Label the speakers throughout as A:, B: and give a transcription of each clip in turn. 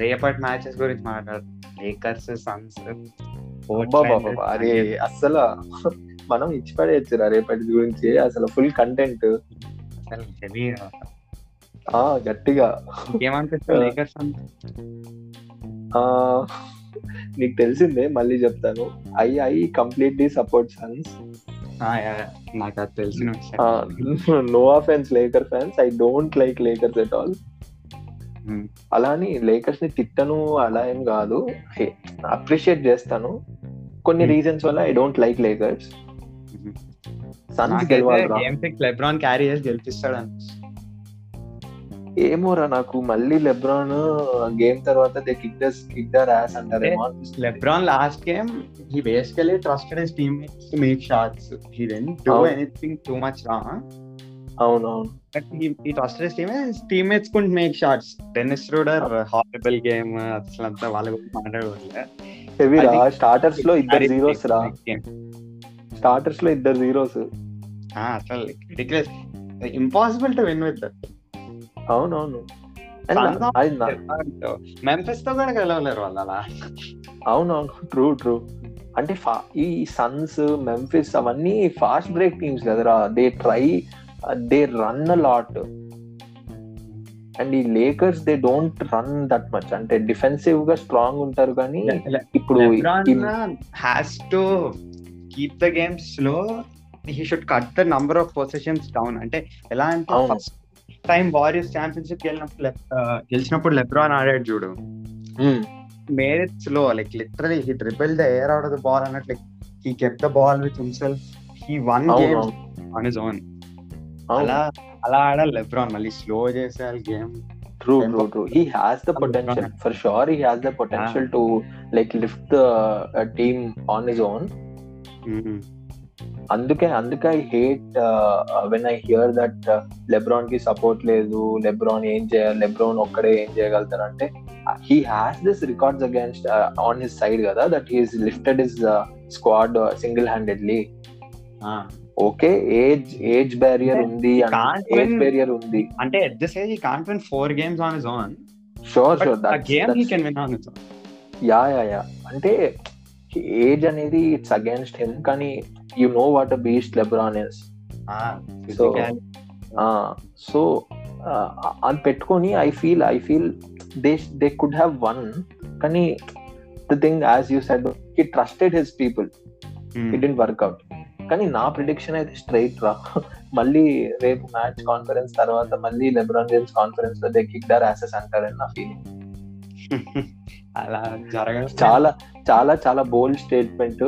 A: రేపటి మ్యాచెస్ గురించి మాట్లాడదాం లేకర్స్ సన్స్
B: అబ్బాబాబా, అరే అస్సలు మనం ఇచ్చి పడేయచ్చు రేపటి గురించి అసలు ఫుల్ కంటెంట్
A: uh,
B: ఆ గట్టిగా
A: ఏమనిపిస్తుంది లేకర్స్ అంటే
B: ఆ నీకు తెలిసిందే మళ్ళీ చెప్తాను I I completely support Suns
A: ఆ, యా, నాకు అది తెలిసిన విషయం.
B: No offence Laker fans I don't like Lakers at all
A: Hmm.
B: అలా అని లేకర్స్ ని తిట్టను అలా ఏం కాదు అప్రిషియేట్ చేస్తాను కొన్ని
A: Hmm.
B: రీజన్స్ వల్ల I don't like Lakers
A: Mhm.
B: Suns
A: నాకైతే
B: గెలవాలి
A: గేమ్ సిక్స్ లెబ్రాన్ క్యారీ చేసి గెలిపిస్తాడు అనిపిస్తుంది.
B: ఏమోరా నాకు మళ్ళీ లెబ్రాన్ గేమ్ తర్వాత they kick this kick the Ross అంటారేమో అనిపిస్తుంది.
A: LeBron last game he basically trusted his teammates to make shots he didn't do
B: అవును.
A: ఎనీథింగ్ టూ మచ్ రాంగ్
B: అవునవును
A: బట్ ఈ trusted his teammates teammates couldn't make shots Dennis Schroder horrible game అసలు అంతా వాళ్ళ గురించి మాట్లాడకూడదు
B: హెవీ
A: I
B: రా
A: think-
B: starters లో ఇద్దరు
A: Harry
B: జీరోస్ రా
A: next game.
B: స్టార్టర్స్ లో ఇద్దరు జీరోస్
A: ఆ, అసలు ridiculous. Impossible to win with
B: అవునవును
A: Sun- మెంఫిస్ తో కూడా గెలవలేరు వాళ్ళు అలా
B: అవునవును ట్రూ ట్రూ అంటే fa- ఈ సన్స్ మెంఫిస్ అవన్నీ ఫాస్ట్ బ్రేక్ టీమ్స్ కదరా they try they run lot and ఈ Lakers they don't run that much అంటే డిఫెన్సివ్ గా స్ట్రాంగ్ ఉంటారు కానీ ఇప్పుడు ఈ-
A: LeBron has to keep the game slow. He should cut the number of possessions down. అంటే ఎలా అంటే
B: అవును.
A: ఫస్ట్ టైం వారియర్స్ ఛాంపియన్షిప్ గెలినప్పుడు లె- ఆ, గెలిచినప్పుడు లెబ్రాన్ ఆడాడు చూడు
B: Hmm.
A: Made it slow like literally he dribble the air out of the ball అన్నట్టు like he kept the ball with himself he won game
B: అవునవును
A: ఆన్ హిజ్ ఓన్
B: అవును
A: అలా అలా ఆడాలి లెబ్రాన్ మళ్ళీ స్లో చేసేయాలి game
B: true
A: Tempo.
B: True true he has the potential for sure he has
A: Ah.
B: The potential to like lift team on his own
A: Hmm.
B: అందుకే అందుకే uh, I hate when I hear that LeBron uh, కి support లేదు LeBron ఏం చేయాలి LeBron ఒక్కడే ఏం uh, చేయగలుగుతారు అంటే he has this records against on his side కదా that he's lifted his squad single handedly okay age age barrier ఉంది
A: Can't
B: ఏజ్
A: win.
B: బ్యారియర్ ఉంది
A: అంటే ఎట్ దిస్ ఏజ్ ఈ can't win four games on his own
B: sure sure
A: But a game he can win on its own.
B: Yeah yeah yeah అంటే age అనేది it's against him కానీ you know what a beast LeBron is
A: Ah,
B: So-
A: physicality.
B: So అది పెట్టుకొని I feel I feel they they could have won కానీ the thing as you said he trusted his people
A: Hmm.
B: It work work out కానీ నా prediction అయితే straight రా మళ్ళీ రేపు match conference తర్వాత మళ్ళీ లెబ్రాన్ జేమ్స్ కాన్ఫరెన్స్ లో దే కిక్ దర్ యాసెస్ అంటారని నా ఫీలింగ్
A: అలా జరగదు
B: చాలా చాలా చాలా బోల్డ్ స్టేట్మెంట్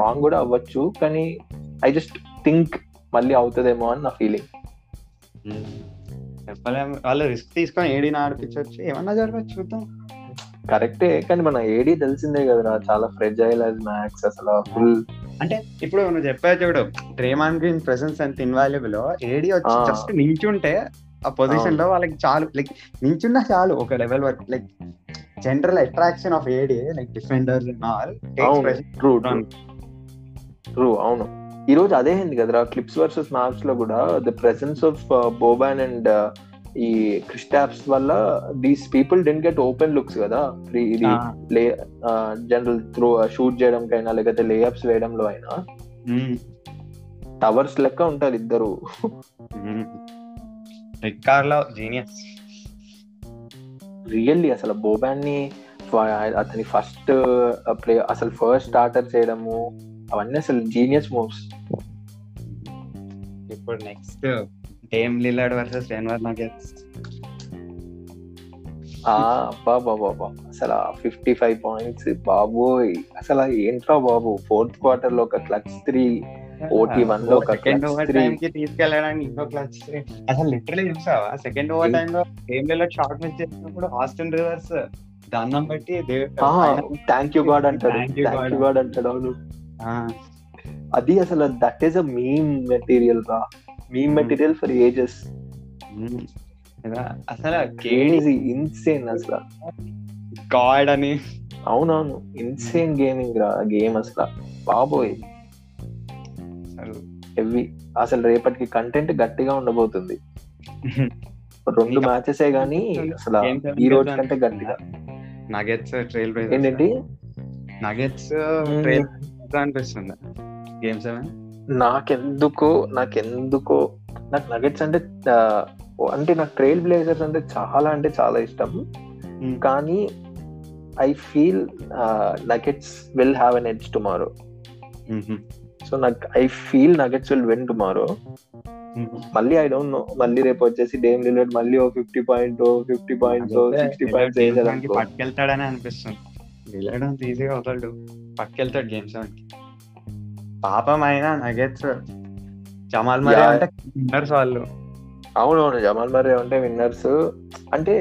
B: రాంగ్ కూడా అవ్వచ్చు కానీ ఐ జస్ట్ థింక్ మళ్ళీ అవుతుందేమో అని నా ఫీలింగ్
A: Hmm. చెప్పలేము వాళ్ళు రిస్క్ తీసుకొని ఏడీని ఆడిపించవచ్చు ఏమన్నా జరగచ్చు చూద్దాం
B: కరెక్టే కానీ మన ఏడీ తెలిసిందే కదరా చాలా ఫ్రెజైల్ అస్ మ్యాక్స్ అసలు ఫుల్
A: అంటే ఇప్పుడు నువ్వు చెప్పావు చూడు డ్రేమాన్ గ్రీన్ ప్రెసెన్స్ ఎంత ఇన్వాల్యుబుల్ ఏడీ వచ్చి
B: Ah.
A: జస్ట్ నించుంటే ఆ పొజిషన్ లో వాళ్ళకి చాలు లైక్ నించున్నా చాలు ఒక లెవెల్ వరకు like general attraction of AD like defenders all
B: అవును ట్రూ ట్రూ అవును ఈ రోజు అదే అయింది కదరా క్లిప్స్ వర్సెస్ మ్యాప్స్ లో కూడా the presence of Boban and uh, ఈ క్రిస్టాప్స్ వల్ల these people dent get open looks కదా ఫ్రీ ఇది uh, లే జనరల్ త్రూ షూట్ చేయడంకైనా లేకపోతే లేఅప్స్ వేయడంలో అయినా టవర్స్ లెక్క ఉంటారు ఇద్దరు
A: Mm. రికార్డ్ లో జీనియస్
B: రియల్లీ అసలు బోబాన్ ని ఫ- అతని ఫస్ట్ ప్లే అసలు ఫస్ట్ స్టార్టర్ చేయడము అవన్నీ అసలు జీనియస్ మూవ్స్
A: ఇప్పుడు next Dame Lillard versus Denver Nuggets
B: ఆ బాబా బాబా అసలు ఫిఫ్టీ ఫైవ్ పాయింట్స్ బాబోయ్ అసలు ఏంట్రా బాబు ఫోర్త్ క్వార్టర్ లో ఒక క్లచ్ త్రీ OT1 లో ఒక
A: second
B: clutch
A: over
B: three.
A: Time Ah, కి తీసుకెళ్ళడానికి ఇంకో క్లచ్ అసలు లిటరలీ చూసావా సెకండ్ ఓవర్
B: Hmm.
A: టైం లో డేమ్ లిలాడ్ షార్ట్ మిస్ చేసినప్పుడు ఆస్టిన్ రివర్స్ దండం బట్టి దేవ్-
B: థ్యాంక్ యూ గాడ్ అంటాడు
A: Thank you,
B: thank you
A: God.
B: God అంటాడు అవును
A: ఆ,
B: అది అసలు that is a meme material రా meme
A: Hmm.
B: Material for ages
A: hmm. ఇలా అసలు
B: కేజీ ఇన్సేన్ అసలు
A: గాడ్ అని
B: అవునవును ఇన్సేన్ గేమింగ్ రా గేమ్ అసలు బాబోయ్
A: అసలు
B: హెవీ అసలు రేపటికి కంటెంట్ గట్టిగా ఉండబోతుంది రెండు మ్యాచెసే గానీ అసలు
A: Game seven
B: ఈ రోజు
A: గెలిచాం.
B: కంటే గట్టిగా
A: నగెట్స్ ట్రైల్
B: ఏంటంటే
A: నగెట్స్
B: మ్మ్.
A: ట్రైల్ అనిపిస్తుంది గేమ్ సెవెన్
B: నాకెందుకో నాకెందుకో నాకు నగెట్స్ అంటే ఆ, అంటే నాకు ట్రైల్ బ్లేజర్స్ అంటే చాలా అంటే చాలా ఇష్టం కానీ I feel Nuggets will have an edge tomorrow so నాకు I feel Nuggets will win tomorrow మళ్ళీ ఐ డోంట్ నో మళ్ళీ రేపు వచ్చేసి డేమ్ రిలేట్ మళ్ళీ ఓ fifty point fifty points sixty points వేసేదానికి
A: పట్టుకెళ్తాడని అనిపిస్తుంది వెళ్ళడం ఈజీగా అవుతాడు పట్టుకెళ్తాడు గేమ్ సెవెన్ పాపం అయినా నగెట్స్ జమాల్ మరి
B: Yeah.
A: అంటే విన్నర్స్ వాళ్ళు
B: అవునవును జమాల్ మరే అంటే విన్నర్స్ అంటే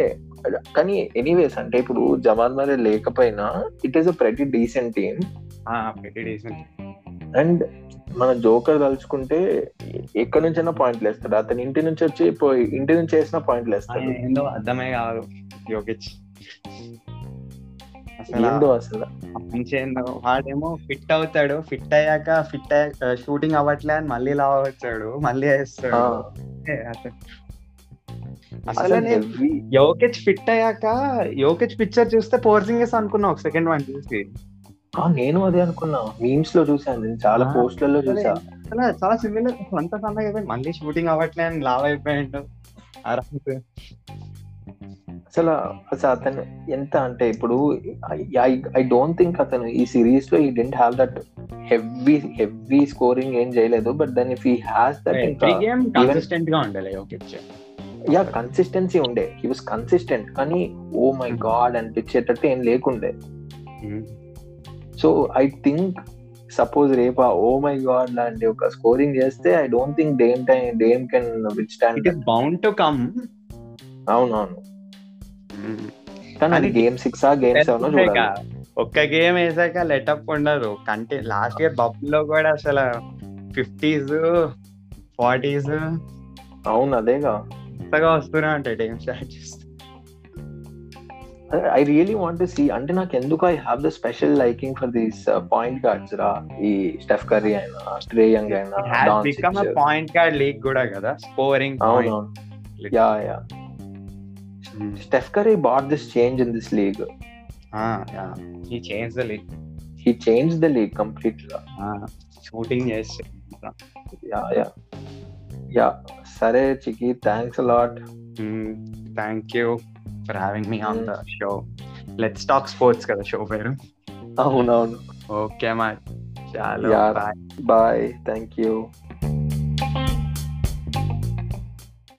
B: కానీ ఎనీవేస్ అంటే ఇప్పుడు జమాల్ మరే లేకపోయినా it is a pretty decent team
A: very decent
B: and మన జోకర్ తలుచుకుంటే ఎక్కడి నుంచైనా పాయింట్లు వేస్తాడు అతని ఇంటి నుంచి వచ్చి పోయి- ఇంటి నుంచి వేసిన పాయింట్లు వేస్తాడు
A: ఏందో అర్థమే కాదు యోగిచ్ అసలు
B: ఏందో అసలు
A: మంచి ఏందో వాడేమో ఫిట్ అవుతాడు ఫిట్ అయ్యాక ఫిట్ అయ్యాక షూటింగ్ అవ్వట్లే అని మళ్ళీ లావ్ అవుతాడు మళ్ళీ
B: ఆ,
A: వేస్తాడు ఏ, అసలు- అసలు
B: అసలు
A: నేను
B: every-
A: యోకెచ్ ఫిట్ అయ్యాక యోకెచ్ పిక్చర్ చూస్తే పోర్జింగేస్ అనుకున్నా ఒక సెకండ్ వన్ చూసి
B: ఆ, నేను అదే అనుకున్నా మీమ్స్ లో చూసాను నేను చాలా
A: ఆ,
B: పోస్ట్లలో చూసా
A: అసలు చాలా సిమిలర్ అంత సన్నగా అయిపోయి మళ్ళీ షూటింగ్ అవ్వట్లే అని లావ్ అయిపోయాడు అరే,
B: అసలు అసలు అతను ఎంత అంటే ఇప్పుడు ఐ డోంట్ థింక్ అతను ఈ సిరీస్ లో ఈ didn't have that heavy heavy scoring ఏం చేయలేదు but then if he has that
A: every game consistent గా ఉండాలి యోకెచ్
B: యా కన్సిస్టెన్సీ ఉండే హీ వాస్ కన్సిస్టెంట్ కానీ ఓ మై గాడ్ అనిపించేటట్టు ఏం లేకుండే
A: Hmm.
B: So I think suppose రేపా ఓ మై గాడ్ oh లాంటి ఒక స్కోరింగ్ చేస్తే I don't think Dame time Dame can which
A: it
B: stand
A: is bound to come
B: అవునవును Hmm. కానీ అది
A: అది
B: గేమ్ సిక్స్ ఆ గేమ్ సెవెన్ చూడాలి
A: ఒక్క గేమ్ వేసాక లెటప్ ఉండదు కంటే లాస్ట్ ఇయర్ బబుల్ లో కూడా అసలు ఫిఫ్టీస్ ఫార్టీస్
B: అవును అదేగా
A: కొత్తగా వస్తూనే ఉంటాయి time start
B: I really want see అంటే నాకు ఎందుకు I have the special liking for these point guards రా ఈ స్టెఫ్ కర్రీ అయినా ట్రే యంగ్ అయినా Doncic.
A: పాయింట్ కార్డ్ లీగ్ కూడా కదా స్కోరింగ్ పాయింట్
B: అవునవును yeah yeah Steph Curry bat this change in this league
A: Ah, ఈ change league
B: he change the league complete గా
A: Ah, shooting చేసి
B: యా యా యా సరే చికి thanks lot
A: mm, thank you for having me on the show let's talk sports కదా show పేరు
B: అవునవును
A: okay మా చాలా
B: Yeah.
A: Bye
B: bye thank you